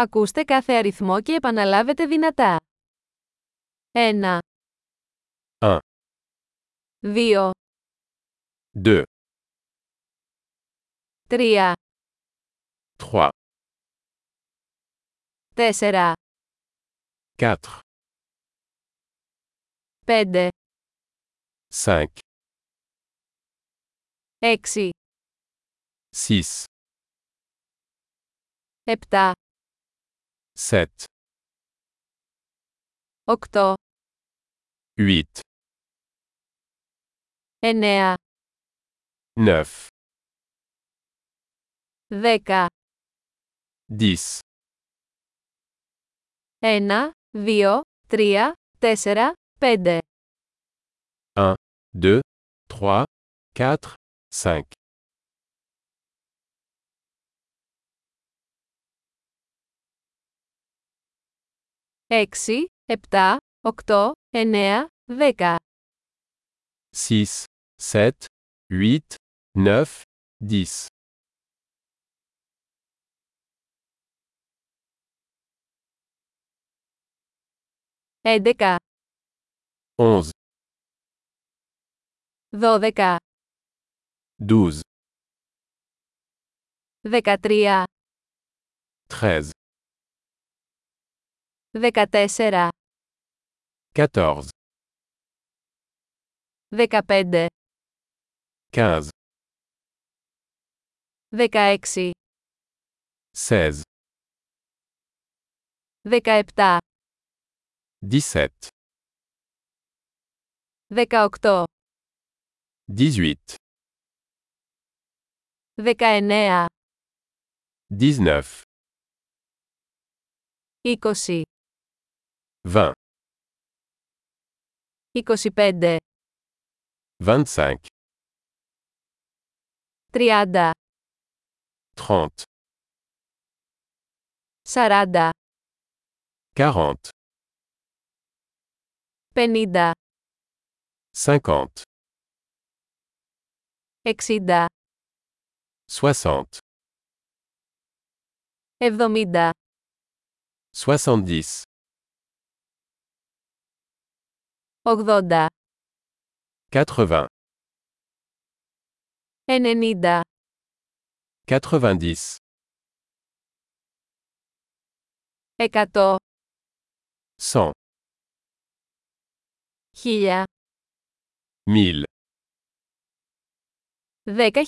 Ακούστε κάθε αριθμό και επαναλάβετε δυνατά. 1, Un. 2, 2, 3, 3, 4, 4, 5, 5, 6, 6, 7, 7, 8, 8, 9, 9, 10, 10, 1, 2, 3, 4, 5, 2, 3, 4, 5. 6, 7, 8, 9, 10, 6, 7, 8, 9, 10, 11, 11, 12, 12, 13, 13, 14, 14, 15, 15, 16, 16, 17, 17, 18, 18, 19, 19, 20, 20, 25, 25, 30, 40, 30, 50, 40, 60, 50, 60, 70, 70, 80, 80, 90, 90, 100, 100, 1000, 1000, 10.000, 10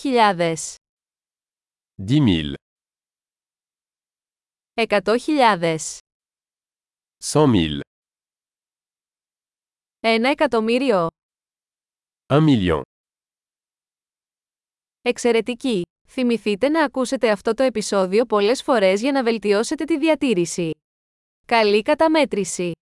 100.000, 000, 100 000, 1 εκατομμύριο. 1 million. Εξαιρετική! Θυμηθείτε να ακούσετε αυτό το επεισόδιο πολλές φορές για να βελτιώσετε τη διατήρηση. Καλή καταμέτρηση!